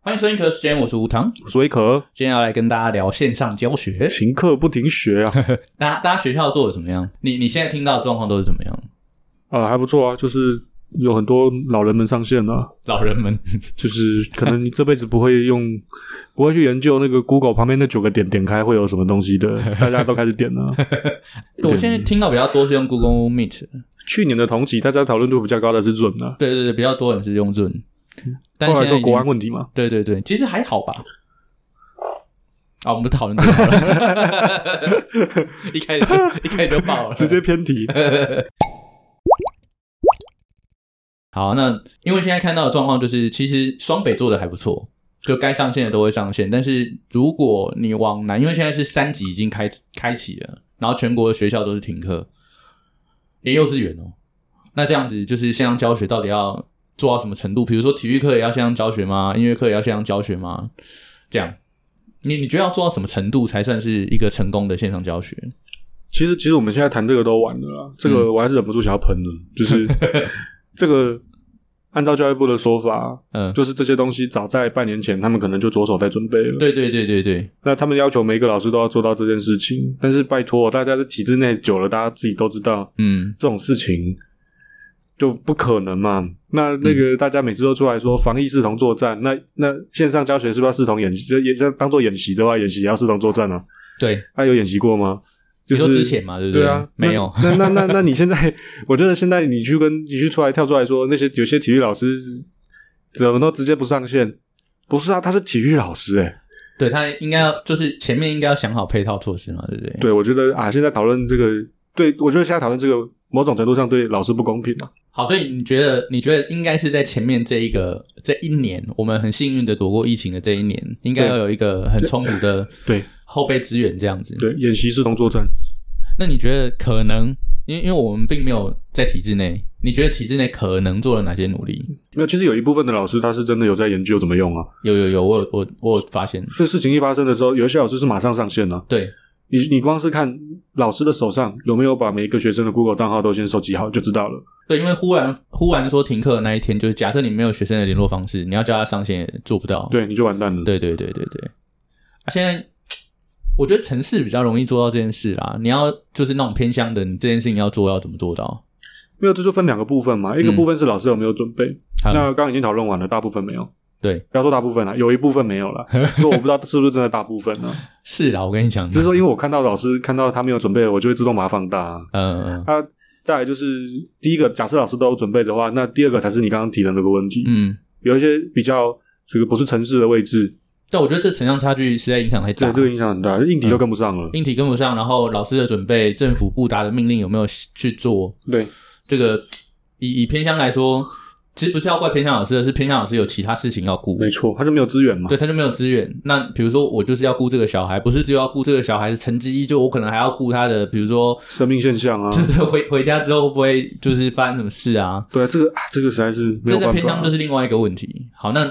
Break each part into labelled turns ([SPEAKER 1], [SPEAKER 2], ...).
[SPEAKER 1] 欢迎收听《可时间》，我是吴糖，
[SPEAKER 2] 我是威可，
[SPEAKER 1] 今天要来跟大家聊线上教学。
[SPEAKER 2] 停课不停 学啊，
[SPEAKER 1] 大家大家学校做的怎么样？你你现在听到的状况都是怎么样？
[SPEAKER 2] 啊还不错啊，就是有很多老人们上线了、啊
[SPEAKER 1] 老人们
[SPEAKER 2] 就是可能你这辈子不会用， 不会去研究那个 Google 旁边那九个点点开会有什么东 西的，大家都开始点啊了。
[SPEAKER 1] 我现在听到比较多是用 Google Meet，
[SPEAKER 2] 去年的同期，大家讨论度比较高的是 Zoom 啊，
[SPEAKER 1] 对对对，比较多人是用 Zoom，但
[SPEAKER 2] 后
[SPEAKER 1] 现在
[SPEAKER 2] 来说
[SPEAKER 1] 已
[SPEAKER 2] 国
[SPEAKER 1] 经
[SPEAKER 2] 安问题嘛，
[SPEAKER 1] 对对对，其实还好吧。啊，我们不讨论这个好了， 一开始就一开始就爆了，
[SPEAKER 2] 直接 偏题。
[SPEAKER 1] 好，那因为现在看到的状况就是，其实双北做的还不错，就该上线的都会上线。但是如果你往南，因为现在是三级已经开开启了，然后全国的学校都是停课，连幼稚园哦。那这样子就是线上教学到底要做到什么程度？比如说体育课也要线上教学吗？音乐课也要线上教学吗？这样，你你觉得要做到什么程度才算是一个成功的线上教学？
[SPEAKER 2] 其实，其实我们现在谈这个都晚了啦，这个我还是忍不住想要喷的，就是 这个。按照教育部的说法，
[SPEAKER 1] 嗯，
[SPEAKER 2] 就是这些东西早在半年前，他们可能就着手在准备了。
[SPEAKER 1] 对对对对对，
[SPEAKER 2] 那他们要求每一个老师都要做到这件事情，但是拜托，大家在体制内久了，大家自己都知道
[SPEAKER 1] 嗯
[SPEAKER 2] 这种事情就不可能嘛。那那
[SPEAKER 1] 嗯
[SPEAKER 2] 个大家每次都出来说防疫视同作战，那那线上教学是不是要视同演习？就也就当做演习的话，演习也要视同作战啊？
[SPEAKER 1] 对，
[SPEAKER 2] 他、有演习过吗？就
[SPEAKER 1] 你
[SPEAKER 2] 是
[SPEAKER 1] 说之前嘛，对不
[SPEAKER 2] 对啊，
[SPEAKER 1] 没有，
[SPEAKER 2] 那。那那那那你现在，我觉得现在你去跟你去出来跳出来说，那些有些体育老师怎么都直接不上线？不是啊，他是体育老师哎、
[SPEAKER 1] 对他应该要就是前面应该要想好配套措施嘛，对不对？
[SPEAKER 2] 对，我觉得啊，现在讨论这个，对我觉得现在讨论这个，某种程度上对老师不公平啊。
[SPEAKER 1] 好，所以你觉得你觉得应该是在前面这一个这一年，我们很幸运的躲过疫情的这一年，应该要有一个很充足的呃
[SPEAKER 2] 对
[SPEAKER 1] 后备资源这样子。
[SPEAKER 2] 对，演习视同作战，
[SPEAKER 1] 那你觉得可能，因为因为我们并没有在体制内，你觉得体制内可能做了哪些努力？
[SPEAKER 2] 没有，其实有一部分的老师他是真的有在研究怎么用啊。
[SPEAKER 1] 有有有，我有我我有发现，
[SPEAKER 2] 所以事情一发生的时候，有一些老师是马上上线了、啊
[SPEAKER 1] 对
[SPEAKER 2] 你你光是看老师的手上有没有把每一个学生的 Google 账号都先收集好就知道了。
[SPEAKER 1] 对，因为忽然忽然说停课的那一天，就是假设你没有学生的联络方式，你要叫他上线也做不到。
[SPEAKER 2] 对，你就完蛋了。
[SPEAKER 1] 对对对对对。啊，现在我觉得城市比较容易做到这件事啦。你要就是那种偏乡的，你这件事情要做，要怎么做到？
[SPEAKER 2] 没有，这就分两个部分嘛。一个部分是老师有没有准备，
[SPEAKER 1] 嗯
[SPEAKER 2] 那刚刚已经讨论完了，大部分没有。
[SPEAKER 1] 对，
[SPEAKER 2] 不要说大部分了，有一部分没有 了。因为我不知道是不是真的大部分呢、
[SPEAKER 1] 是啦，我跟你讲，
[SPEAKER 2] 只是说，因为我看到老师看到他没有准备，我就会自动把它放大、啊。
[SPEAKER 1] 嗯
[SPEAKER 2] 啊，再来就是第一个，假设老师都有准备的话，那第二个才是你刚刚提的那个问题。
[SPEAKER 1] 嗯，
[SPEAKER 2] 有一些比较这个不是城市的位置，
[SPEAKER 1] 但我觉得这城乡差距实在影响太大嗯
[SPEAKER 2] 对，这个影响很大，硬体就跟不上了。
[SPEAKER 1] 硬体跟不上，然后老师的准备，政府布达的命令有没有去做？
[SPEAKER 2] 对，
[SPEAKER 1] 这个以以偏乡来说，其实不是要怪偏乡老师的，是偏乡老师有其他事情要顾。
[SPEAKER 2] 没错，他就没有资源嘛。
[SPEAKER 1] 对，他就没有资源。那比如说，我就是要顾这个小孩，不是只有要顾这个小孩是成绩，就我可能还要顾他的，比如说
[SPEAKER 2] 生命现象啊，
[SPEAKER 1] 对对，回回家之后会不会就是发生什么事啊？
[SPEAKER 2] 对啊，这个啊，这个实在是
[SPEAKER 1] 这
[SPEAKER 2] 没有
[SPEAKER 1] 在
[SPEAKER 2] 办
[SPEAKER 1] 偏
[SPEAKER 2] 法
[SPEAKER 1] 向就
[SPEAKER 2] 啊。
[SPEAKER 1] 是另外一个问题。好，那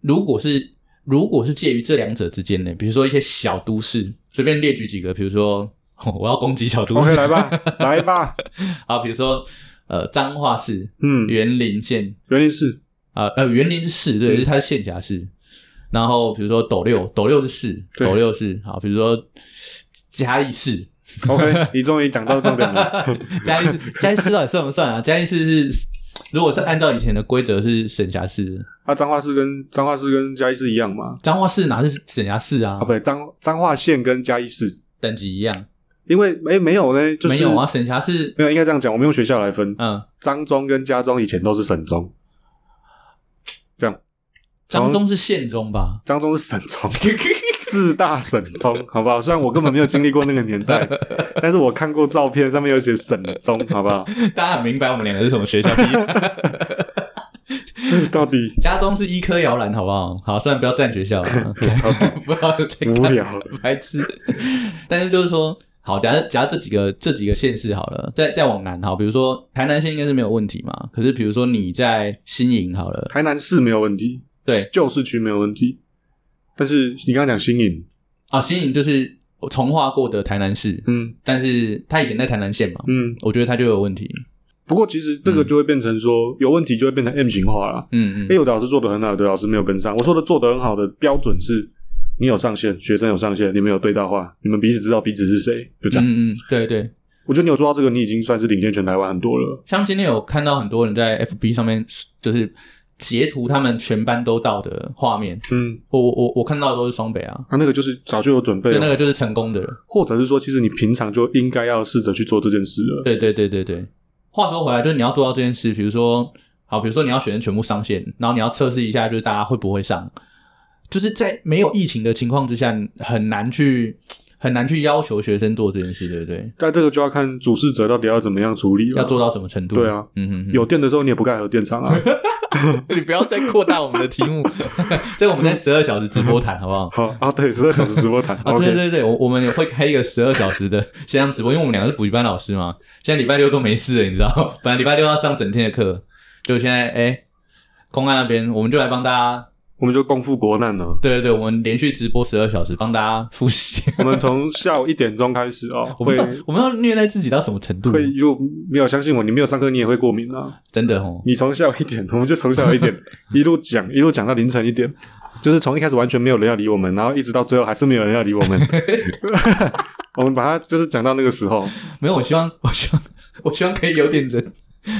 [SPEAKER 1] 如果是如果是介于这两者之间呢？比如说一些小都市，随便列举几个，比如说 我要攻击小都市
[SPEAKER 2] 啊 OK，来吧，来吧，
[SPEAKER 1] 啊，比如说呃彰化市、
[SPEAKER 2] 嗯，
[SPEAKER 1] 园林县
[SPEAKER 2] 原因是
[SPEAKER 1] 啊呃园林是市，
[SPEAKER 2] 嗯
[SPEAKER 1] 对，是它是县辖市。然后比如说斗六，斗六是市，
[SPEAKER 2] 对
[SPEAKER 1] 斗六市好，比如说嘉义市，
[SPEAKER 2] OK，你终于讲到重点了。
[SPEAKER 1] 嘉义市，嘉义市到底算不算啊？嘉义市是，如果是按照以前的规则是省辖市，
[SPEAKER 2] 啊，彰化市跟彰化市跟嘉义市一样嘛？
[SPEAKER 1] 彰化市哪是省辖市啊
[SPEAKER 2] 啊，？不对，彰彰化县跟嘉义市，
[SPEAKER 1] 等级一样，
[SPEAKER 2] 因为哎没有呢，就是
[SPEAKER 1] 没有啊？，省辖市，
[SPEAKER 2] 没有应该这样讲，我们用学校来分，
[SPEAKER 1] 嗯，
[SPEAKER 2] 彰中跟嘉中以前都是省中，
[SPEAKER 1] 彰中是县中吧？
[SPEAKER 2] 彰中是省中， 四大省中，好不好？虽然我根本没有经历过那个年代，但是我看过照片，上面有写省中，好不好？
[SPEAKER 1] 大家很明白我们两个是什么学校 毕业。
[SPEAKER 2] 到底
[SPEAKER 1] 家中是医科摇篮，好不好？好，虽然不要占学 校了， 不要这
[SPEAKER 2] 无
[SPEAKER 1] 个
[SPEAKER 2] 聊。
[SPEAKER 1] 白痴，但是就是说。好，假设假设这几个这几个县市好了，再再往南好，比如说台南县应该是没有问题嘛。可是比如说你在新营好了，
[SPEAKER 2] 台南市没有问题，
[SPEAKER 1] 对
[SPEAKER 2] 旧市区没有问题，但是你刚刚讲新营，
[SPEAKER 1] 啊，新营就是重划过的台南市，
[SPEAKER 2] 嗯
[SPEAKER 1] 但是他以前在台南县嘛，
[SPEAKER 2] 嗯，
[SPEAKER 1] 我觉得他就有问题。
[SPEAKER 2] 不过其实这个就会变成说、有问题就会变成 M 型化了。
[SPEAKER 1] 嗯
[SPEAKER 2] 哎、有的老师做的很好，有的老师没有跟上。我说的做的很好的标准是，你有上限，学生有上限，你们有对到话，你们彼此知道彼此是谁，就这样。
[SPEAKER 1] 嗯嗯，对对。
[SPEAKER 2] 我觉得你有做到这个，你已经算是领先全台湾很多了。
[SPEAKER 1] 像今天有看到很多人在 FB 上面就是截图他们全班都到的画面，
[SPEAKER 2] 嗯，
[SPEAKER 1] 我我我我看到的都是双北啊，
[SPEAKER 2] 那、那个就是早就有准备
[SPEAKER 1] 对，
[SPEAKER 2] 了，
[SPEAKER 1] 那个就是成功的人。
[SPEAKER 2] 或者是说，其实你平常就应该要试着去做这件事了。
[SPEAKER 1] 对对对对对。话说回来，就是你要做到这件事，比如说，好，比如说你要学生全部上线，然后你要测试一下，就是大家会不会上，就是在没有疫情的情况之下，很难去很难去要求学生做这件事，对不对？
[SPEAKER 2] 但这个就要看主事者到底要怎么样处理了。
[SPEAKER 1] 要做到什么程度？
[SPEAKER 2] 对啊，
[SPEAKER 1] 嗯哼哼，
[SPEAKER 2] 有电的时候，你也不盖核电厂啊。
[SPEAKER 1] 你不要再扩大我们的题目， 这个我们在十二小时直播谈好不好？
[SPEAKER 2] 好啊，对，十二小时 直播谈。
[SPEAKER 1] 啊，
[SPEAKER 2] OK
[SPEAKER 1] 对对对，我我们也会开一个十二小时的 线上直播，因为我们两个是补习班老师嘛，现在礼拜六都没事了，你知道， 本来礼拜六要上整天的课，就现在哎，公安那边我们就来帮大家，
[SPEAKER 2] 我们就共赴国难了。
[SPEAKER 1] 对对对，我们连续直播十二小时，帮大家复习。
[SPEAKER 2] 我们从下午一点钟开始哦，
[SPEAKER 1] 我们
[SPEAKER 2] 会
[SPEAKER 1] 到我们要虐待自己到什么程度？
[SPEAKER 2] 会如果没有相信我，你没有上课，你也会过敏啊。
[SPEAKER 1] 真的哦，
[SPEAKER 2] 你从下午一点，我们就从下午 一点一路讲，一路讲到凌晨一点，就是从一开始完全没有人要理我们，然后一直到最后还是没有人要理我 们。我们把它就是讲到那个时候，
[SPEAKER 1] 没有，我希望 我希望我希望可以有点人。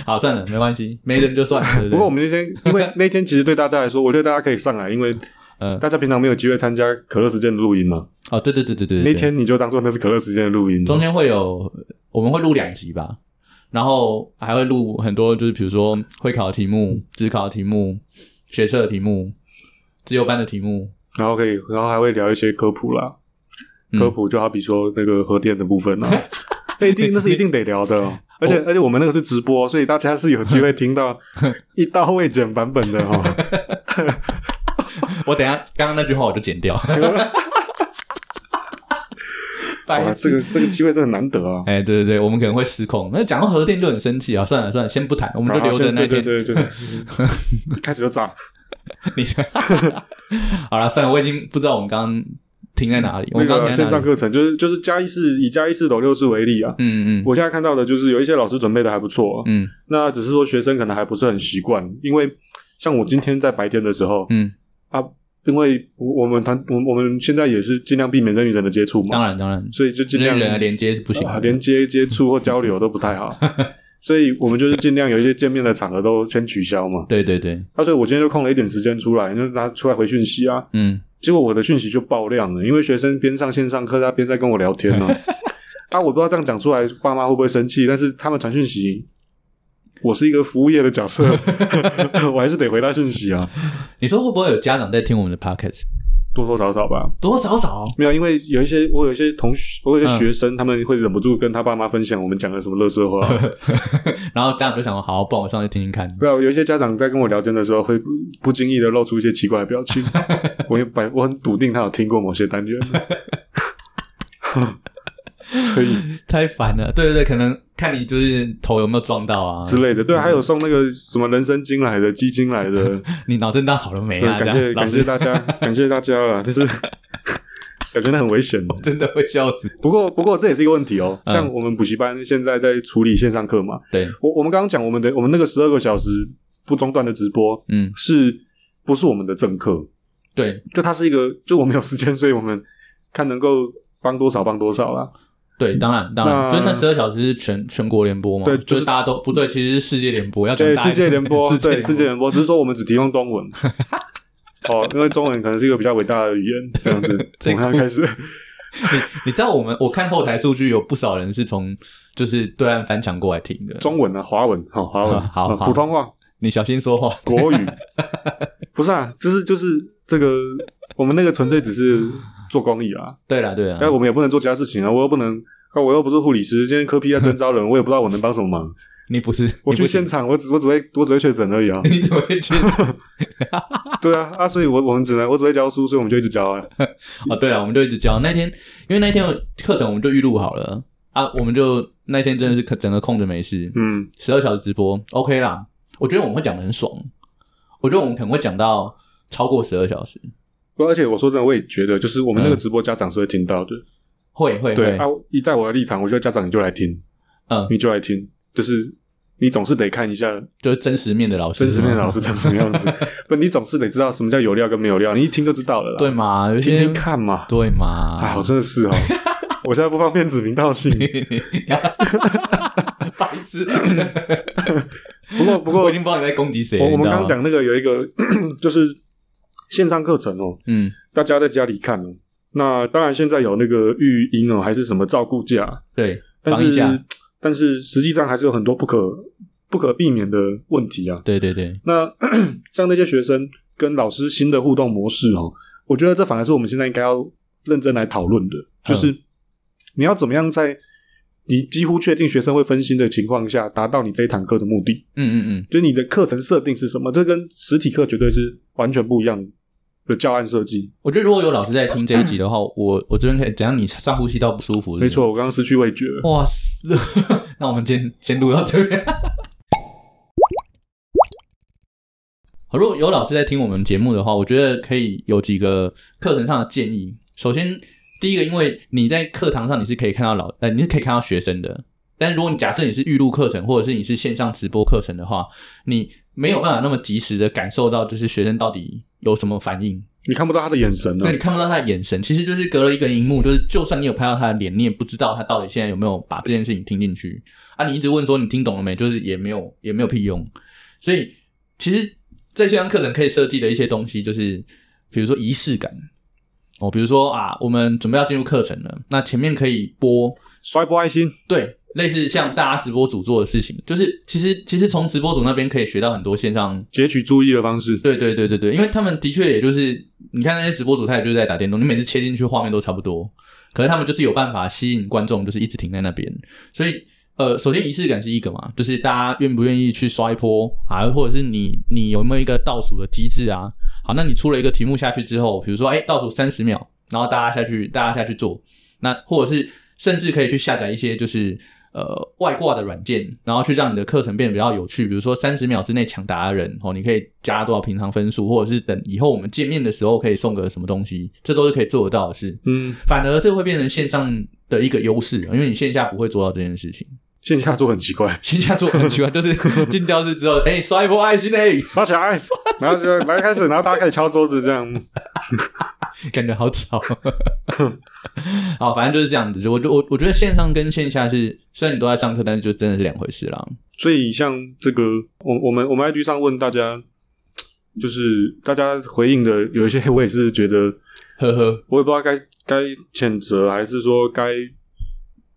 [SPEAKER 1] 好，算了，没关系，没人就算了。对对
[SPEAKER 2] 不过我们那天，因 为那天其实对大家来说，我觉得大家可以上来，因为
[SPEAKER 1] 嗯
[SPEAKER 2] 大家平常没有机会参加可乐时间的录音嘛。
[SPEAKER 1] 哦，对对对对对，对
[SPEAKER 2] 那天你就当做那是可乐时间的录音。
[SPEAKER 1] 中间会有我们会录两集吧，然后还会录很多，就是比如说会考的题目、职考的题目、学测的题目、自由班的题目。
[SPEAKER 2] 然后可以，然后还会聊一些科普啦，
[SPEAKER 1] 嗯
[SPEAKER 2] 科普就好比说那个核电的部分啊， 那一定那是一定得聊的哦。而且而且我们那个是直播，所以大家是有机会 听到一刀未剪版本的哦。
[SPEAKER 1] 我等一下刚刚那句话我就剪 掉。
[SPEAKER 2] 哇，
[SPEAKER 1] 白
[SPEAKER 2] 这
[SPEAKER 1] 痴！
[SPEAKER 2] 个这个机会真的难得啊！
[SPEAKER 1] 哎、对对对，我们可能会失控。那讲到核电就很生气啊！算了算了，先不谈，我
[SPEAKER 2] 我
[SPEAKER 1] 们就留着那一
[SPEAKER 2] 啊对
[SPEAKER 1] 天。
[SPEAKER 2] 对对 对，嗯开始就炸，
[SPEAKER 1] 你 好了，算了，我已经不知道我们刚刚停在哪里。我们
[SPEAKER 2] 那
[SPEAKER 1] 刚刚
[SPEAKER 2] 个
[SPEAKER 1] 停在
[SPEAKER 2] 线
[SPEAKER 1] 哪
[SPEAKER 2] 上
[SPEAKER 1] 里？
[SPEAKER 2] 课程就是就是嘉义市以嘉义市斗六市为例啊。
[SPEAKER 1] 嗯嗯
[SPEAKER 2] 我现在看到的就是有一些老师准备的还不错、啊，
[SPEAKER 1] 嗯
[SPEAKER 2] 那只是说学生可能还不是很习惯，因为像我今天在白天的时候，
[SPEAKER 1] 嗯，
[SPEAKER 2] 因为我我们团我我们现在也是尽量避免人与人的接触嘛，
[SPEAKER 1] 当然当然，
[SPEAKER 2] 所以就尽
[SPEAKER 1] 人
[SPEAKER 2] 量
[SPEAKER 1] 与人的连接是不行的。
[SPEAKER 2] 啊连接接触或 交流都不太好，所以我们就是尽量有一些见面的场合都先取消嘛。
[SPEAKER 1] 对对对，
[SPEAKER 2] 啊，所以我今天就空了一点时间出来，就拿出来回讯息啊，
[SPEAKER 1] 嗯，
[SPEAKER 2] 结果我的讯息就爆量了，因为学生边上线上课，他边在跟我聊 天呢、啊。我不知道这样讲出来，爸妈会不会生气？但是他们传讯息，我是一个服务业的 角色，我还是得回他讯息啊，
[SPEAKER 1] 你说会不会有家长在听我们的 podcast？
[SPEAKER 2] 多多少少吧。
[SPEAKER 1] 多少少？
[SPEAKER 2] 没有，因为有一些我有一些同学，我有一些学生，他们会忍不住跟他爸妈分享我们讲的什么乐 色话。
[SPEAKER 1] 然后家长就想说，好，不然我上去听听看。
[SPEAKER 2] 没有，有一些家长在跟我聊天的时候，会不不经意的露出一些奇怪的 表情。我也百我很笃定他有听过某些单元，所以
[SPEAKER 1] 太烦了，对对对，可能看你就是头有没有撞到啊，
[SPEAKER 2] 之类的。对，还有送那个什么人参精来的、鸡精来的，
[SPEAKER 1] 你脑震荡好了没
[SPEAKER 2] 对
[SPEAKER 1] 啊？
[SPEAKER 2] 感
[SPEAKER 1] 这
[SPEAKER 2] 谢
[SPEAKER 1] 样
[SPEAKER 2] 感
[SPEAKER 1] 老
[SPEAKER 2] 谢
[SPEAKER 1] 师
[SPEAKER 2] 大家，感谢大家啦。就是 感觉那很危险。
[SPEAKER 1] 真的会笑死。
[SPEAKER 2] 不过不过这也是一个问题哦。
[SPEAKER 1] 嗯
[SPEAKER 2] 像我们补习班现在在处理线上课嘛，
[SPEAKER 1] 对，
[SPEAKER 2] 我我们刚刚讲我们的我们那个十二个小时不中断的直播，
[SPEAKER 1] 嗯，
[SPEAKER 2] 是不是我们的正课？
[SPEAKER 1] 对
[SPEAKER 2] 就它是一个，就我们有时间，所以我们看能够帮多少帮多少啦。
[SPEAKER 1] 对，当然当然，
[SPEAKER 2] 那
[SPEAKER 1] 就是那十二小时是全全国联播嘛，
[SPEAKER 2] 对
[SPEAKER 1] 就
[SPEAKER 2] 就是是
[SPEAKER 1] 大家都不对，其实是世界联播，要讲
[SPEAKER 2] 对，
[SPEAKER 1] 大一
[SPEAKER 2] 世
[SPEAKER 1] 点
[SPEAKER 2] 界联 播，
[SPEAKER 1] 世界
[SPEAKER 2] 对，
[SPEAKER 1] 联播
[SPEAKER 2] 世界联播，只是说我们只提供中文。哦，因为中文可能是一个比较伟大的语言，这样子
[SPEAKER 1] 。这
[SPEAKER 2] 我们要开始，
[SPEAKER 1] 你你知道我们我看后台数据，有不少人是从就是对岸翻墙过来听的。
[SPEAKER 2] 中文啊，华文，好，华文，
[SPEAKER 1] 好
[SPEAKER 2] 哦
[SPEAKER 1] 好
[SPEAKER 2] 普通话，
[SPEAKER 1] 你小心说话，
[SPEAKER 2] 国语，不是啊，就是就是这个，我们那个纯粹只是做公益啊，
[SPEAKER 1] 对啦对啦，
[SPEAKER 2] 但我们也不能做其他事情啊，我又不能，啊我又不是护理师，今天科批在征招 人，我也不知道我能帮什么忙。
[SPEAKER 1] 你不是
[SPEAKER 2] 我
[SPEAKER 1] 你不
[SPEAKER 2] 去
[SPEAKER 1] 是。
[SPEAKER 2] 现场，我只我只会我只会确诊而已啊
[SPEAKER 1] 你怎么会去？
[SPEAKER 2] 对啊，啊，所以我我们只能我只会教书，所以我们就一直教啊。
[SPEAKER 1] 哦，对了，我们就一直教。那天因为那天有课程我们就预录好了啊，我们就那天真的是可整个空着没事，
[SPEAKER 2] 嗯，
[SPEAKER 1] 十二小时直播 OK 啦。我觉得我们会讲的很爽，我觉得我们可能会讲到超过十二小时，
[SPEAKER 2] 不而且我说真的，我也觉得，就是我们那个
[SPEAKER 1] 嗯
[SPEAKER 2] 直播家长是会听到的。
[SPEAKER 1] 会会
[SPEAKER 2] 对啊
[SPEAKER 1] 会
[SPEAKER 2] 啊，一在我的立场，我觉得家长你就来听，
[SPEAKER 1] 嗯
[SPEAKER 2] 你就来听，就是你总是得看一下
[SPEAKER 1] 就是真实面的老师，
[SPEAKER 2] 真实面的老
[SPEAKER 1] 师
[SPEAKER 2] 师长什么样 子，不，你总是得知道什么叫有料跟没有料，你一听就知道了啦。
[SPEAKER 1] 对，嘛？有
[SPEAKER 2] 听
[SPEAKER 1] 些
[SPEAKER 2] 听看嘛。
[SPEAKER 1] 对嘛？
[SPEAKER 2] 哎，我真的是哦， 我现在不方便指名道姓，
[SPEAKER 1] 白 痴！
[SPEAKER 2] 不过不过
[SPEAKER 1] 我已经不知道你在攻击谁了。
[SPEAKER 2] 我我
[SPEAKER 1] 你
[SPEAKER 2] 们
[SPEAKER 1] 知
[SPEAKER 2] 刚
[SPEAKER 1] 道吗，
[SPEAKER 2] 刚讲那个有一个 就是线上课程哦，
[SPEAKER 1] 嗯
[SPEAKER 2] 大家在家里看哦。那当然现在有那个育婴哦，还是什么照顾假，
[SPEAKER 1] 对，
[SPEAKER 2] 但
[SPEAKER 1] 防疫假
[SPEAKER 2] 是但是实际上还是有很多不可不可避免的问题啊。
[SPEAKER 1] 对对对，
[SPEAKER 2] 那 像那些学生跟老师新的互动模式哦，我觉得这反而是我们现在应该要认真来讨论
[SPEAKER 1] 嗯
[SPEAKER 2] 的，就是你要怎么样在你几乎确定学生会分心的情况下，达到你这一堂课的目的。
[SPEAKER 1] 嗯嗯
[SPEAKER 2] 就是你的课程设定是什么，这跟实体课绝对是完全不一样的教案设
[SPEAKER 1] 嗯，
[SPEAKER 2] 计。
[SPEAKER 1] 我觉得如果有老师在听这一集的话，我我这边可以，只要你上呼吸道不舒服，
[SPEAKER 2] 没。错，我刚刚失去味觉了。
[SPEAKER 1] 哇塞！那我们先先录到这边。 好，如果有老师在听我们节目的话，我觉得可以有几个课程上的建议。首先，第一个，因为你在课堂上你是可以看到老，呃，你是可以看到学生的。但如果你假设你是预录课程，或者是你是线上直播课程的话，你没有办法那么及时的感受到，就是学生到底有什么反应。
[SPEAKER 2] 你看不到他的眼神了、
[SPEAKER 1] 对你看不到他的眼神，其实就是隔了一个荧幕，就是就算你有拍到他的脸，你也不知道他到底现在有没有把这件事情听进去啊！你一直问说你听懂了没，就是 也没有也没有屁用。所以其实，在线上课程可以设计的一些东西，就是比如说仪式感哦，比如说啊，我们准备要进入课程了，那前面可以播
[SPEAKER 2] 摔破爱心，
[SPEAKER 1] 对，类似像大家直播组做的事情，就是其实其实从直播组那边可以学到很多线上
[SPEAKER 2] 截取注意的方式。
[SPEAKER 1] 对对对对对，因为他们的确也就是，你看那些直播主，他也就是在打电动，你每次切进去画面都差不多，可是他们就是有办法吸引观众，就是一直停在那边。所以，呃，首先仪式感是一个嘛，就是大家愿不愿意去刷一波啊，或者是你你有没有一个倒数的机制啊？好，那你出了一个题目下去之后，比如说哎倒数三十秒，然后大家下去大家下去做，那或者是甚至可以去下载一些就是呃外挂的软件，然后去让你的课程变得比较有趣。比如说三十秒之内抢答的人哦，你可以加多少平常分数，或者是等以后我们见面的时候可以送个什么东西，这都是可以做得到的事。
[SPEAKER 2] 嗯，
[SPEAKER 1] 反而这会变成线上的一个优势，啊因为你线下不会做到这件事情。
[SPEAKER 2] 线下做很奇怪，
[SPEAKER 1] 线下做很奇怪，就是进教室之后，哎、刷一波爱心哎、
[SPEAKER 2] 刷起来，然后就来开始，然后大家开始敲桌子，这样。
[SPEAKER 1] 感觉好吵。 好，反正就是这样子。就我就我我觉得线上跟线下是，虽然你都在上课，但是就真的是两回事啦。
[SPEAKER 2] 所以像这个，我我们我们 IG 上问大家，就是大家回应的有一些，我也是觉得
[SPEAKER 1] 呵呵，
[SPEAKER 2] 我也不知道该该谴责还是说该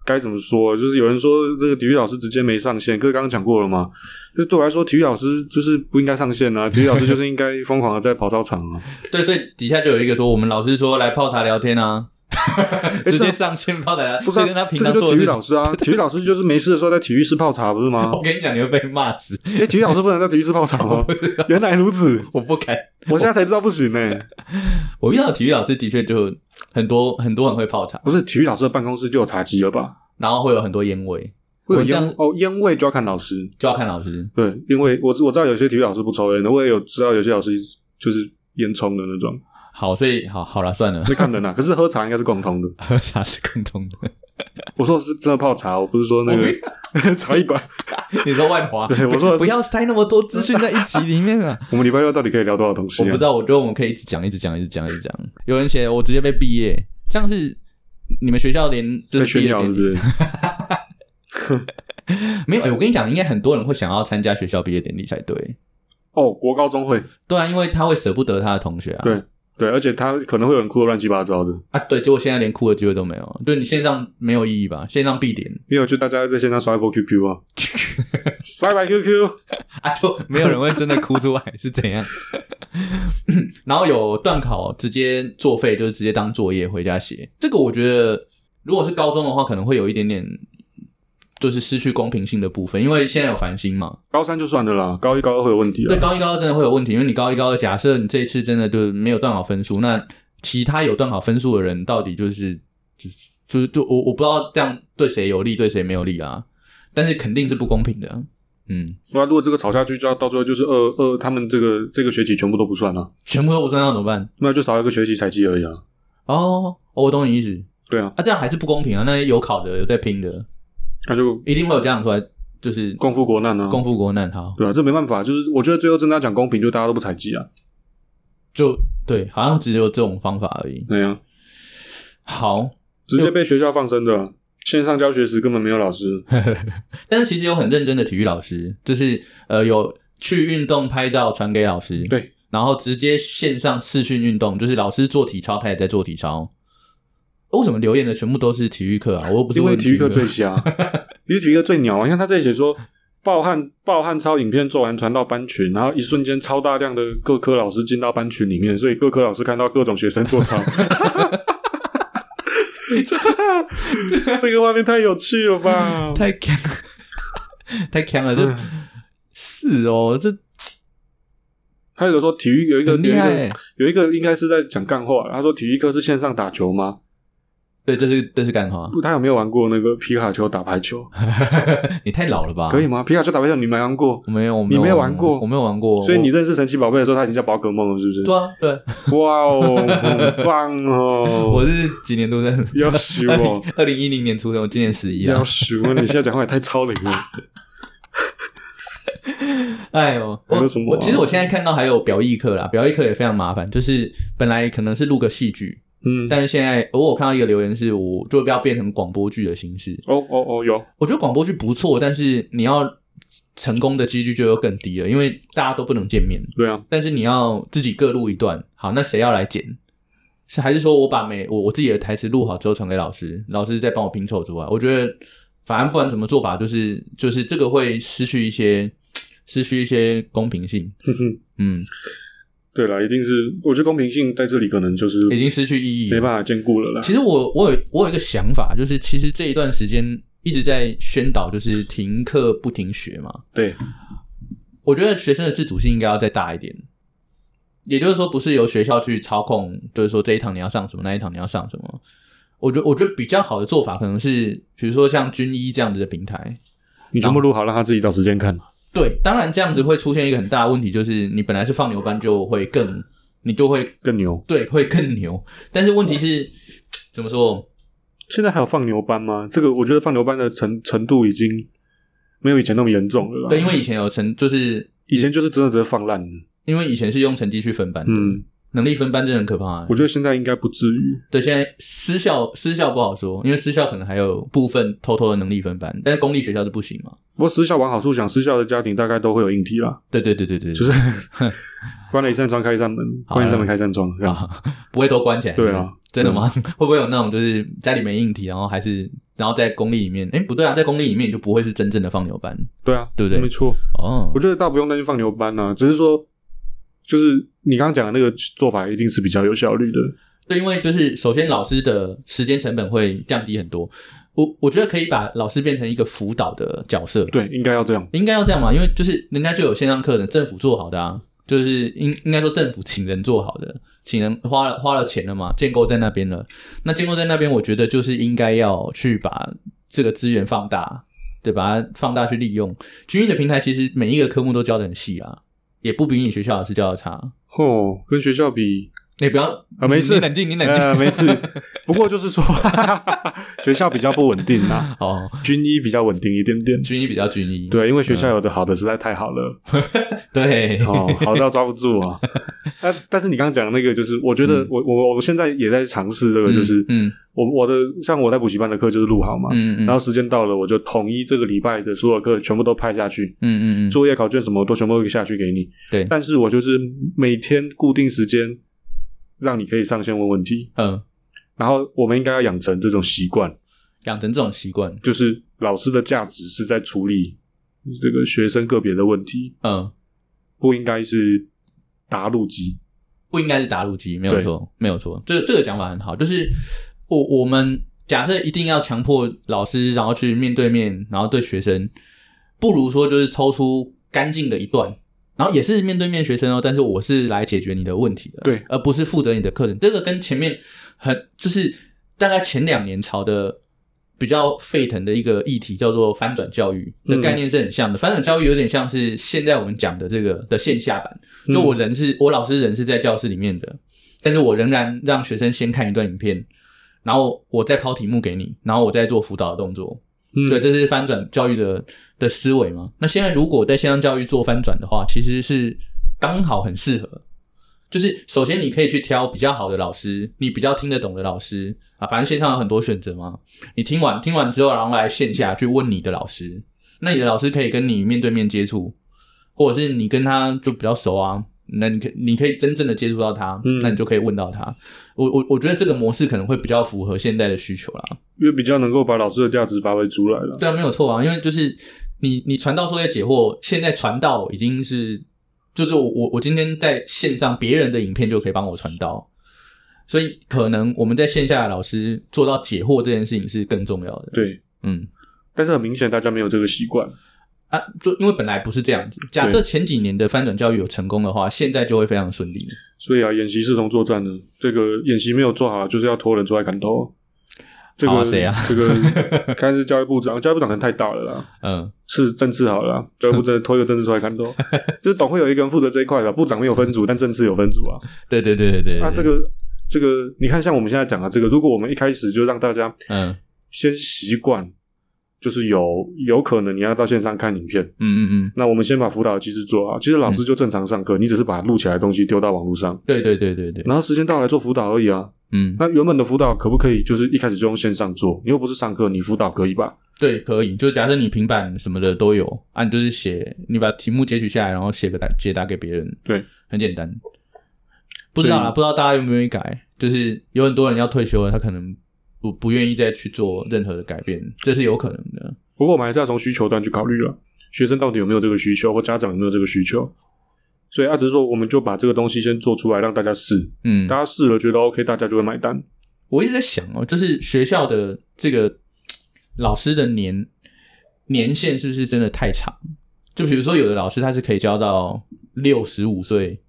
[SPEAKER 2] 该怎么说。就是有人说这个体育老师直接没上线，可是刚刚讲过了嘛。就是对我来说，体育老师就是不应该上线 啊，体育老师就是应该疯狂的在跑操场 啊。
[SPEAKER 1] 对，所以底下就有一个说，我们老师说来泡茶聊天 啊，直
[SPEAKER 2] 哎这
[SPEAKER 1] 接
[SPEAKER 2] 样
[SPEAKER 1] 上线泡茶聊天，
[SPEAKER 2] 不是、
[SPEAKER 1] 这
[SPEAKER 2] 啊，
[SPEAKER 1] 跟他平
[SPEAKER 2] 这个
[SPEAKER 1] 常
[SPEAKER 2] 就
[SPEAKER 1] 做
[SPEAKER 2] 体
[SPEAKER 1] 的
[SPEAKER 2] 育
[SPEAKER 1] 事
[SPEAKER 2] 老
[SPEAKER 1] 情。
[SPEAKER 2] 师啊， 体育老师就是没事的时候在体育室泡茶不是吗？
[SPEAKER 1] 我跟你讲，你会被骂死。
[SPEAKER 2] 哎、体育老师不能在体育室泡茶 吗？
[SPEAKER 1] 哦不哦是，
[SPEAKER 2] 原来 如此，
[SPEAKER 1] 我不敢。
[SPEAKER 2] 我现在才知道不行呢、
[SPEAKER 1] 我遇到的体育老师的确就很多很多人会泡茶，
[SPEAKER 2] 不是体育老师的办公室就有茶几了吧？
[SPEAKER 1] 然后会有很多烟味，
[SPEAKER 2] 会有
[SPEAKER 1] 我当
[SPEAKER 2] 烟哦，烟味就要看老师。
[SPEAKER 1] 就要看老师。
[SPEAKER 2] 对，因为我知我知道有些体育老师不抽烟的，我也有知道有些老师就是烟囱的那种，
[SPEAKER 1] 好，所以好好了，算了，
[SPEAKER 2] 是看人啊。可是喝茶应该是共通的。
[SPEAKER 1] 喝茶是共通的。
[SPEAKER 2] 我说的是真的泡茶，我不是说那个茶一百。
[SPEAKER 1] 你说万华？
[SPEAKER 2] 对我说的是
[SPEAKER 1] 不要塞那么多资讯在一集里面 啊！
[SPEAKER 2] 我们礼拜六到底可以聊多少东西、
[SPEAKER 1] 我
[SPEAKER 2] 啊？
[SPEAKER 1] 不知道，我觉得我们可以一直讲，一直讲，一直讲，一直讲。有人写我直接被毕业，这样是你们学校连就
[SPEAKER 2] 在
[SPEAKER 1] 是
[SPEAKER 2] 炫
[SPEAKER 1] 毕业
[SPEAKER 2] 耀是
[SPEAKER 1] 典
[SPEAKER 2] 不
[SPEAKER 1] 礼
[SPEAKER 2] 是？
[SPEAKER 1] 没有？哎、我跟你讲，应该很多人会想要参加学校毕业典礼才对。
[SPEAKER 2] 哦，国高中会
[SPEAKER 1] 对啊，因为他会舍不得他的同学啊。
[SPEAKER 2] 对对，而且他可能会有人哭的乱七八糟的，
[SPEAKER 1] 啊，对，结果现在连哭的机会都没有，对你线上没有意义吧？线上必点
[SPEAKER 2] 因为就大家在线上刷一波 QQ 啊，刷一把 QQ，
[SPEAKER 1] 啊，就没有人会真的哭出来是怎样？ 然后有断考直接作废，就是直接当作业回家写。这个我觉得，如果是高中的话，可能会有一点点就是失去公平性的部分，因为现在有繁星嘛。
[SPEAKER 2] 高三就算了啦，高一高二会有问题
[SPEAKER 1] 对，
[SPEAKER 2] 啊。
[SPEAKER 1] 高一高二真的会有问题，因为你高一高二，假设你这一次真的就是没有断考分数，那其他有断考分数的人到底就是就是就是就我我不知道这样对谁有利，对谁没有利啊？但是肯定是不公平的啊，嗯，
[SPEAKER 2] 那如果这个吵下去，就要到最后就是二二，他们这个这个学期全部都不算了、
[SPEAKER 1] 全部都不算那怎么办？
[SPEAKER 2] 那就少一个学期才记而已啊。
[SPEAKER 1] 哦，哦我懂你意思
[SPEAKER 2] 对啊，
[SPEAKER 1] 啊，这样还是不公平啊！那些有考的有在拼的，
[SPEAKER 2] 那就
[SPEAKER 1] 一定会有家长出来就是
[SPEAKER 2] 共赴国难啊，
[SPEAKER 1] 共赴国难，好，
[SPEAKER 2] 对啊，这没办法，就是我觉得最后真的要讲公平，就大家都不采集啊，
[SPEAKER 1] 就对，好像只有这种方法而已。
[SPEAKER 2] 对啊，
[SPEAKER 1] 好，
[SPEAKER 2] 直接被学校放生的啊、线上教学时根本没有老师，啊
[SPEAKER 1] 但是其实有很认真的体育老师，就是呃有去运动拍照传给老师，
[SPEAKER 2] 对，
[SPEAKER 1] 然后直接线上视讯运动，就是老师做体操，他也在做体操。哦为什么留言的全部都是体育课啊？我又不是
[SPEAKER 2] 因为
[SPEAKER 1] 问
[SPEAKER 2] 体育课最瞎，啊因为体育课最鸟啊！你看他这里写说，暴汗暴汗超影片做完传到班群，然后一瞬间超大量的各科老师进到班群里面，所以各科老师看到各种学生做操。 这个画面太有趣了 吧！
[SPEAKER 1] 太强，太强了，
[SPEAKER 2] 嗯
[SPEAKER 1] 这是哦，这
[SPEAKER 2] 还有一个说体育有一个
[SPEAKER 1] 很厉害欸。
[SPEAKER 2] 有一个有一个应该是在讲干话，他说体育课是线上打球吗？
[SPEAKER 1] 对，这是这是干话，
[SPEAKER 2] 不，他有没有玩过那个皮卡丘打排球？
[SPEAKER 1] 你太老了吧？
[SPEAKER 2] 可以吗？皮卡丘打排球你没玩过？
[SPEAKER 1] 我没有，我
[SPEAKER 2] 你没有玩过
[SPEAKER 1] 我没有玩过，
[SPEAKER 2] 所以你
[SPEAKER 1] 我
[SPEAKER 2] 认识神奇宝贝的时候，他已经叫宝可梦了，是不是？
[SPEAKER 1] 对啊，对，
[SPEAKER 2] 哇 哦，很棒
[SPEAKER 1] 我
[SPEAKER 2] 哦！
[SPEAKER 1] 是几年 都在，
[SPEAKER 2] 要死
[SPEAKER 1] 二
[SPEAKER 2] 我
[SPEAKER 1] 零，二零一零年出生，我今年十一啊
[SPEAKER 2] 要。死我！你现在讲话也太超龄了。
[SPEAKER 1] 哎呦，
[SPEAKER 2] 还
[SPEAKER 1] 我
[SPEAKER 2] 有什么啊
[SPEAKER 1] 我其实我现在看到还有表艺课啦，表艺课也非常麻烦，就是本来可能是录个戏剧，
[SPEAKER 2] 嗯，
[SPEAKER 1] 但是现在偶尔看到一个留言是我就不要变成广播剧的形式。
[SPEAKER 2] 哦哦哦，有
[SPEAKER 1] 我觉得广播剧不错，但是你要成功的几率就又更低了，因为大家都不能见面，
[SPEAKER 2] 对啊，
[SPEAKER 1] 但是你要自己各录一段。好，那谁要来剪？是还是说我把每我我自己的台词录好之后传给老师，老师再帮我拼凑之外，我觉得反正不管怎么做法，就是就是这个会失去一些失去一些公平 性。
[SPEAKER 2] 哼哼，
[SPEAKER 1] 嗯，
[SPEAKER 2] 对了，一定是，我觉得公平性在这里可能就是
[SPEAKER 1] 已经失去意义了
[SPEAKER 2] 没办法兼顾了啦。
[SPEAKER 1] 其实我我有我有一个想法，就是其实这一段时间一直在宣导，就是停课不停学嘛。
[SPEAKER 2] 对，
[SPEAKER 1] 我觉得学生的自主性应该要再大一点，也就是说，不是由学校去操控，就是说这一堂你要上什么，那一堂你要上什么。我觉得我觉得比较好的做法可能是，比如说像军医这样子的平台。
[SPEAKER 2] 你全部录好，让他自己找时间看。
[SPEAKER 1] 对，当然这样子会出现一个很大的问题，就是你本来是放牛班就会更，你就会
[SPEAKER 2] 更牛，
[SPEAKER 1] 对会更牛，但是问题是怎么说？
[SPEAKER 2] 现在还有放牛班吗？这个我觉得放牛班的程程度已经没有以前那么严重了啦。
[SPEAKER 1] 对，因为以前有成，就是
[SPEAKER 2] 以前就是真的只是放烂。
[SPEAKER 1] 因为以前是用成绩去分班的，
[SPEAKER 2] 嗯，
[SPEAKER 1] 能力分班真的很可怕、欸
[SPEAKER 2] 我。觉得现在应该不至于。
[SPEAKER 1] 对，现在私校私校不好说，因为私校可能还有部分偷偷的能力分班，但是公立学校是不行嘛。
[SPEAKER 2] 不过私校往好处想，私校的家庭大概都会有硬题啦，
[SPEAKER 1] 对对对对对，
[SPEAKER 2] 就是关了一扇窗开一扇门，
[SPEAKER 1] 好
[SPEAKER 2] 关一扇门开一扇窗，这样
[SPEAKER 1] 啊，不会都关起来。
[SPEAKER 2] 对啊，
[SPEAKER 1] 真的吗？ 会不会有那种就是家里没硬体，然后还是然后在公立里面？哎，不对啊，在公立里面你就不会是真正的放牛班
[SPEAKER 2] 对啊，
[SPEAKER 1] 对不对
[SPEAKER 2] 没错，
[SPEAKER 1] 哦
[SPEAKER 2] 我。觉得倒不用担心放牛班啊，只是说，就是你刚刚讲的那个做法，一定是比较有效率的。
[SPEAKER 1] 对，因为就是首先老师的时间成本会降低很多。我我觉得可以把老师变成一个辅导的角色，
[SPEAKER 2] 对，应该要这样。
[SPEAKER 1] 应该要这样嘛，因为就是人家就有线上课程，政府做好的啊，就是应应该说政府请人做好的，请人花了花了钱了嘛，建构在那边了。那建构在那边，我觉得就是应该要去把这个资源放大，对，把它放大去利用。军运的平台其实每一个科目都教的很细啊，也不比你学校老师教的差。
[SPEAKER 2] 哦，跟学校 比，
[SPEAKER 1] 你、不要
[SPEAKER 2] 啊没事
[SPEAKER 1] 你冷静，你冷静。
[SPEAKER 2] 呃，没事。不过就是说， 学校比较不稳定啊，
[SPEAKER 1] 哦，
[SPEAKER 2] 军医比较稳定一点点。
[SPEAKER 1] 军医比较军医，
[SPEAKER 2] 对，因为学校有的好的实在太好了，
[SPEAKER 1] 对，
[SPEAKER 2] 哦，好到抓不住啊。但但是你刚刚讲的那个，就是我觉得
[SPEAKER 1] 嗯
[SPEAKER 2] 我我我现在也在尝试这个，就是
[SPEAKER 1] 嗯
[SPEAKER 2] 我我的像我在补习班的课就是录好嘛，
[SPEAKER 1] 嗯嗯，
[SPEAKER 2] 然后时间到了我就统一这个礼拜的所有课全部都派下去，
[SPEAKER 1] 嗯嗯嗯，
[SPEAKER 2] 作业考卷什么都全部都下去给你。
[SPEAKER 1] 对
[SPEAKER 2] 但是我就是每天固定时间让你可以上线问问题，
[SPEAKER 1] 嗯，
[SPEAKER 2] 然后我们应该要养成这种习惯，
[SPEAKER 1] 养成这种习惯，
[SPEAKER 2] 就是老师的价值是在处理这个学生个别的问题，
[SPEAKER 1] 嗯。
[SPEAKER 2] 不应该是打路机。
[SPEAKER 1] 不应该是打路机，没有错，没有错。这个这个讲法很好，就是我我们假设一定要强迫老师，然后去面对面，然后对学生，不如说就是抽出干净的一段，然后也是面对面学生哦，但是我是来解决你的问题的，
[SPEAKER 2] 对，
[SPEAKER 1] 而不是负责你的课程。这个跟前面很就是大概前两年炒的。比较沸腾的一个议题叫做翻转教育的
[SPEAKER 2] 嗯
[SPEAKER 1] 概念是很像的，翻转教育有点像是现在我们讲的这个的线下版，
[SPEAKER 2] 嗯
[SPEAKER 1] 就我人是我老师人是在教室里面的，但是我仍然让学生先看一段影片，然后我再抛题目给你，然后我再做辅导的动作。
[SPEAKER 2] 嗯
[SPEAKER 1] 对，这是翻转教育的的思维嘛。那现在如果在线上教育做翻转的话，其实是刚好很适合。就是首先你可以去挑比较好的老师，你比较听得懂的老师啊，反正线上有很多选择嘛。你听完听完之后，然后来线下去问你的老师，那你的老师可以跟你面对面接触，或者是你跟他就比较熟啊，那你可你可以真正的接触到他，
[SPEAKER 2] 嗯
[SPEAKER 1] 那你就可以问到他。我我我觉得这个模式可能会比较符合现在的需求啦。
[SPEAKER 2] 因为比较能够把老师的价值发挥出来了。
[SPEAKER 1] 对啊，没有错啊，因为就是你你传道授业解惑，现在传道已经是就是我我我今天在线上别人的影片就可以帮我传道，所以可能我们在线下的老师做到解惑这件事情是更重要的。
[SPEAKER 2] 对，
[SPEAKER 1] 嗯
[SPEAKER 2] 但是很明显大家没有这个习惯。
[SPEAKER 1] 啊，就因为本来不是这样子。假设前几年的翻转教育有成功的话，现在就会非常顺利。
[SPEAKER 2] 所以啊，演习视同作战呢，这个演习没有做好，就是要拖人出来砍头。这
[SPEAKER 1] 好
[SPEAKER 2] 个
[SPEAKER 1] 啊谁啊
[SPEAKER 2] 这个看是教育部长，教育部长可能太大了啦，
[SPEAKER 1] 嗯，
[SPEAKER 2] 是政治好了啦，教育部真的拖一个政治出来砍 头，就是总会有一个人负责这一块的。部长没有分组，但政治有分组啊。
[SPEAKER 1] 对对对对对对，
[SPEAKER 2] 那、这个这个，你看像我们现在讲的这个，如果我们一开始就让大家
[SPEAKER 1] 嗯
[SPEAKER 2] 先习惯，就是有有可能你要到线上看影片，
[SPEAKER 1] 嗯嗯嗯，
[SPEAKER 2] 那我们先把辅导机制做好。其实老师就正常上课，你只是把录起来的东西丢到网络上，
[SPEAKER 1] 对对对对对，
[SPEAKER 2] 然后时间到来做辅导而已啊。
[SPEAKER 1] 嗯，
[SPEAKER 2] 那原本的辅导可不可以就是一开始就用线上做？你又不是上课，你辅导可以吧？
[SPEAKER 1] 对，可以。就假设你平板什么的都有啊，你就是写，你把题目截取下来，然后写个答解答给别人。
[SPEAKER 2] 对，
[SPEAKER 1] 很简单。不知道啦，
[SPEAKER 2] 所
[SPEAKER 1] 不
[SPEAKER 2] 以
[SPEAKER 1] 知道大家愿不愿意改。就是有很多人要退休了，他可能不不愿意再去做任何的改变，这是有可能的。
[SPEAKER 2] 不过我们还是要从需求端去考虑了，学生到底有没有这个需求，或家长有没有这个需求。所以啊，只是说我们就把这个东西先做出来，让大家试，
[SPEAKER 1] 嗯，
[SPEAKER 2] 大家试了觉得 OK，大家就会买单。
[SPEAKER 1] 我一直在想哦，就是学校的这个老师的年年限是不是真的太长？就比如说有的老师他是可以教到六十五岁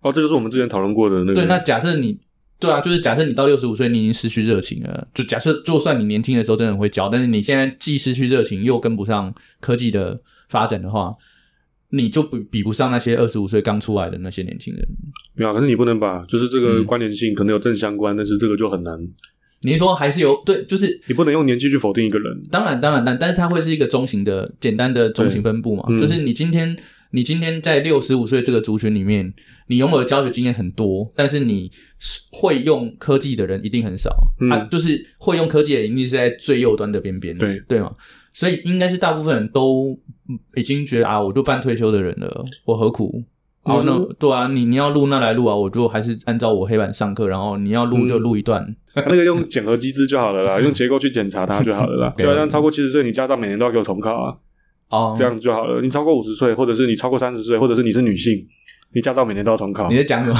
[SPEAKER 2] 哦，这就是我们之前讨论过的那个。
[SPEAKER 1] 对，那假设你对啊，就是假设你到六十五岁，你已经失去热情了。就假设，就算你年轻的时候真的很会教，但是你现在既失去热情，又跟不上科技的发展的话，你就比比不上那些二十五岁刚出来的那些年轻人。
[SPEAKER 2] 没有啊，可是你不能把就是这个
[SPEAKER 1] 嗯
[SPEAKER 2] 关联性可能有正相关，但是这个就很难，
[SPEAKER 1] 你说还是有对，就是
[SPEAKER 2] 你不能用年纪去否定一个人。
[SPEAKER 1] 当然当然但但是它会是一个中型的简单的中型分布嘛，
[SPEAKER 2] 对嗯
[SPEAKER 1] 就是你今天。你今天在六十五岁这个族群里面，你拥有的教学经验很多，但是你会用科技的人一定很少。
[SPEAKER 2] 嗯
[SPEAKER 1] 啊，就是会用科技的一定是在最右端的边边，
[SPEAKER 2] 对
[SPEAKER 1] 对吗？所以应该是大部分人都嗯已经觉得啊，我就半退休的人了，我何苦？
[SPEAKER 2] 嗯
[SPEAKER 1] 哦，那对啊，你你要录那来录啊，我就还是按照我黑板上课，然后你要录就录一段，
[SPEAKER 2] 啊 那个用检核机制就好了啦，用结构去检查它就好了啦。
[SPEAKER 1] 对
[SPEAKER 2] 对啊，像超过七十岁，你家长每年都要给我重考啊，
[SPEAKER 1] 哦，
[SPEAKER 2] 这样就好了。你超过五十岁，或者是你超过三十岁，或者是你是女性，你家长每年都要重考
[SPEAKER 1] 哦你，在 讲什么？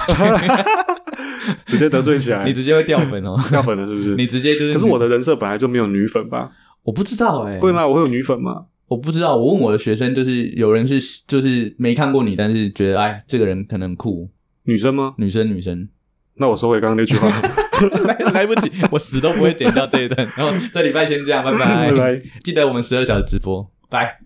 [SPEAKER 2] 直接得罪 起来
[SPEAKER 1] 你，直接会掉粉哦，
[SPEAKER 2] 掉粉了是不是？
[SPEAKER 1] 你直接就是。
[SPEAKER 2] 可是我的人设本来就没有女粉吧？
[SPEAKER 1] 我不知道哎、
[SPEAKER 2] 会？吗？我会有女粉吗？
[SPEAKER 1] 我不知道。我问我的学生，就是有人是就是没看过你，但是觉得哎，这个人可能很酷，
[SPEAKER 2] 女生吗？
[SPEAKER 1] 女生女生，
[SPEAKER 2] 那我收回刚刚那句话，
[SPEAKER 1] 来来不及， 我死 都不会剪掉这一段。然后这礼拜先这样，拜
[SPEAKER 2] 拜
[SPEAKER 1] 拜，
[SPEAKER 2] 拜。
[SPEAKER 1] 记得我们十二小时直播，拜。